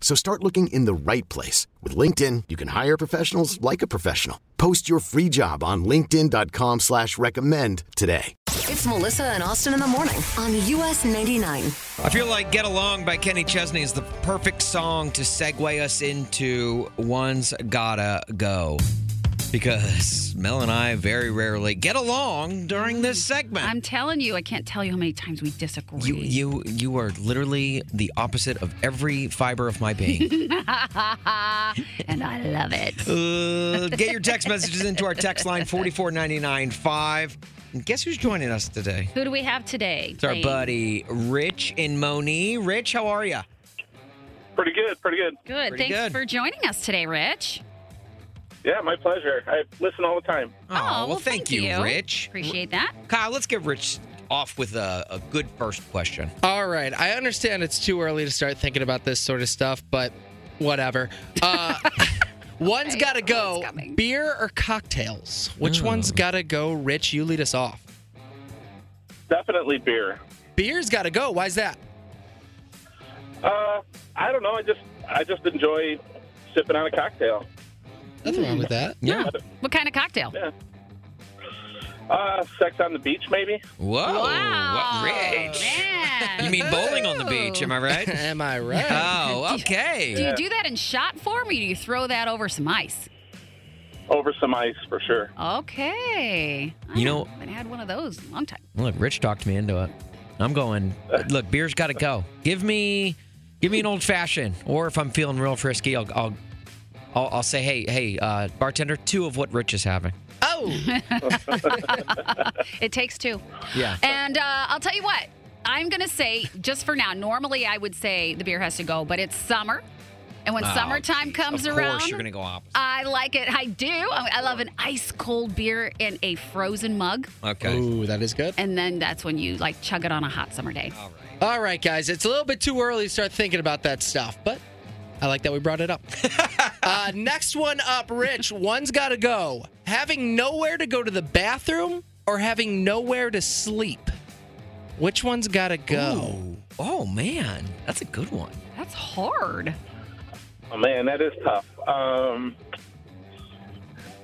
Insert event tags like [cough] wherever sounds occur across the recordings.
So start looking in the right place. With LinkedIn, you can hire professionals like a professional. Post your free job on linkedin.com slash recommend today. It's Melissa and Austin in the morning on US 99. I feel like Get Along by Kenny Chesney is the perfect song to segue us into One's Gotta Go. Because Mel and I very rarely get along during this segment. I'm telling you, I can't tell you how many times we disagree. you, you, you are literally the opposite of every fiber of my being. [laughs] Ah, and I love it. Uh, get your text messages into our text line 44995. And guess who's joining us today? Who do we have today? It's our buddy Rich in Moni. Rich, how are you? Pretty good, pretty good. Good. Pretty Thanks good. for joining us today, Rich. Yeah, my pleasure. I listen all the time. Oh, Oh, well, thank, you, Rich. Appreciate that. Kyle, let's get Rich off with a, a good first question. All right. I understand it's too early to start thinking about this sort of stuff, but whatever. [laughs] Uh, one's Okay, got to go one's coming. beer or cocktails? Which one's got to go? Rich, you lead us off. Definitely beer. Beer's got to go. Why's that? Uh, I don't know. I just I just enjoy sipping on a cocktail. Nothing wrong [laughs] with that. Yeah. What kind of cocktail? Uh, sex on the beach, maybe. Whoa. wow. Oh, What, Rich? Man. You mean bowling on the beach, am I [laughs] right? Am I right? oh, okay. Do you do that in shot form or do you throw that over some ice? Over some ice for sure. Okay. I You know- haven't had one of those in a long time. Look, Rich talked me into it. I'm going. Look, beer's got to go. Give me, give me an old fashioned, or if I'm feeling real frisky, I'll, I'll, I'll, I'll say, hey, hey, uh, bartender, two of what Rich is having. Oh, It takes two. Yeah. And uh, I'll tell you what, I'm going to say, just for now, normally I would say the beer has to go, but it's summer. And when Oh, summertime geez. comes of around, course you're gonna go opposite. I like it. I do. I I love an ice cold beer in a frozen mug. okay. Ooh, that is good. And then that's when you like chug it on a hot summer day. All right. All right, guys. It's a little bit too early to start thinking about that stuff, but I like that we brought it [laughs] up. uh, next one up, Rich. One's got to go. Having nowhere to go to the bathroom or having nowhere to sleep? Which one's got to go? Ooh. Oh man, that's a good one. That's hard. Oh man, that is tough. Um,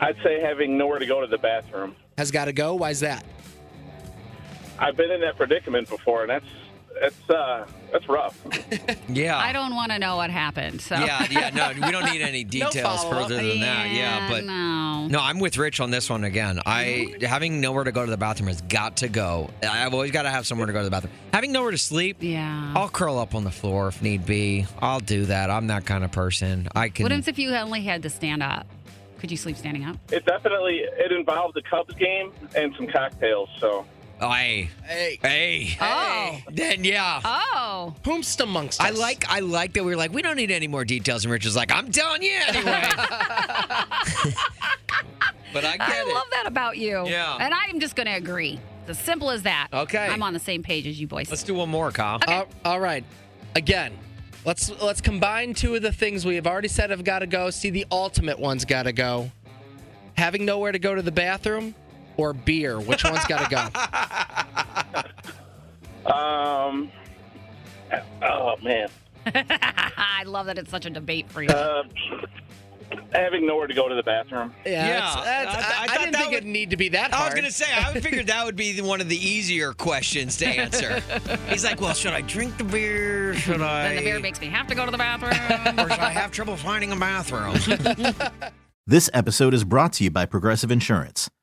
I'd say having nowhere to go to the bathroom. Has got to go. Why's that? I've been in that predicament before, and that's that's uh that's rough. Yeah. I don't want to know what happened. So. Oh. Yeah, yeah. No, we don't need [laughs] any details follow-up. further than that. Yeah, but. no. Mm-hmm. No, I'm with Rich on this one again. I having nowhere to go to the bathroom has got to go. I've always got to have somewhere to go to the bathroom. Having nowhere to sleep, Yeah. I'll curl up on the floor if need be. I'll do that. I'm that kind of person. I can. What if if you only had to stand up? Could you sleep standing up? It definitely it involved the Cubs game and some cocktails. So Hey, Hey, hey. Oh. Then yeah. Oh. poomst amongst us. I like I like that we were like we don't need any more details and Rich is like I'm telling you [laughs] anyway. [laughs] but I get I it. love that about you. Yeah. And I'm just going to agree. It's as simple as that. Okay. I'm on the same page as you boys. Let's do one more, Kyle. All- Uh, all right. Again, let's let's combine two of the things we have already said have got to go. See, the ultimate one's got to go. Having nowhere to go to the bathroom or beer. Which one's got to [laughs] go? um, oh man, [laughs] I love that it's such a debate for you. uh, having nowhere to go to the bathroom. Yeah, that's- Yeah, that's- I- I I, I thought didn't that think would- it'd need to be that I hard. was gonna say I figured that would be the- one of the easier questions to answer. He's like, well, should I drink the beer? Should I? then the beer makes me have to go to the bathroom. [laughs] or should I have trouble finding a bathroom? This episode is brought to you by Progressive Insurance.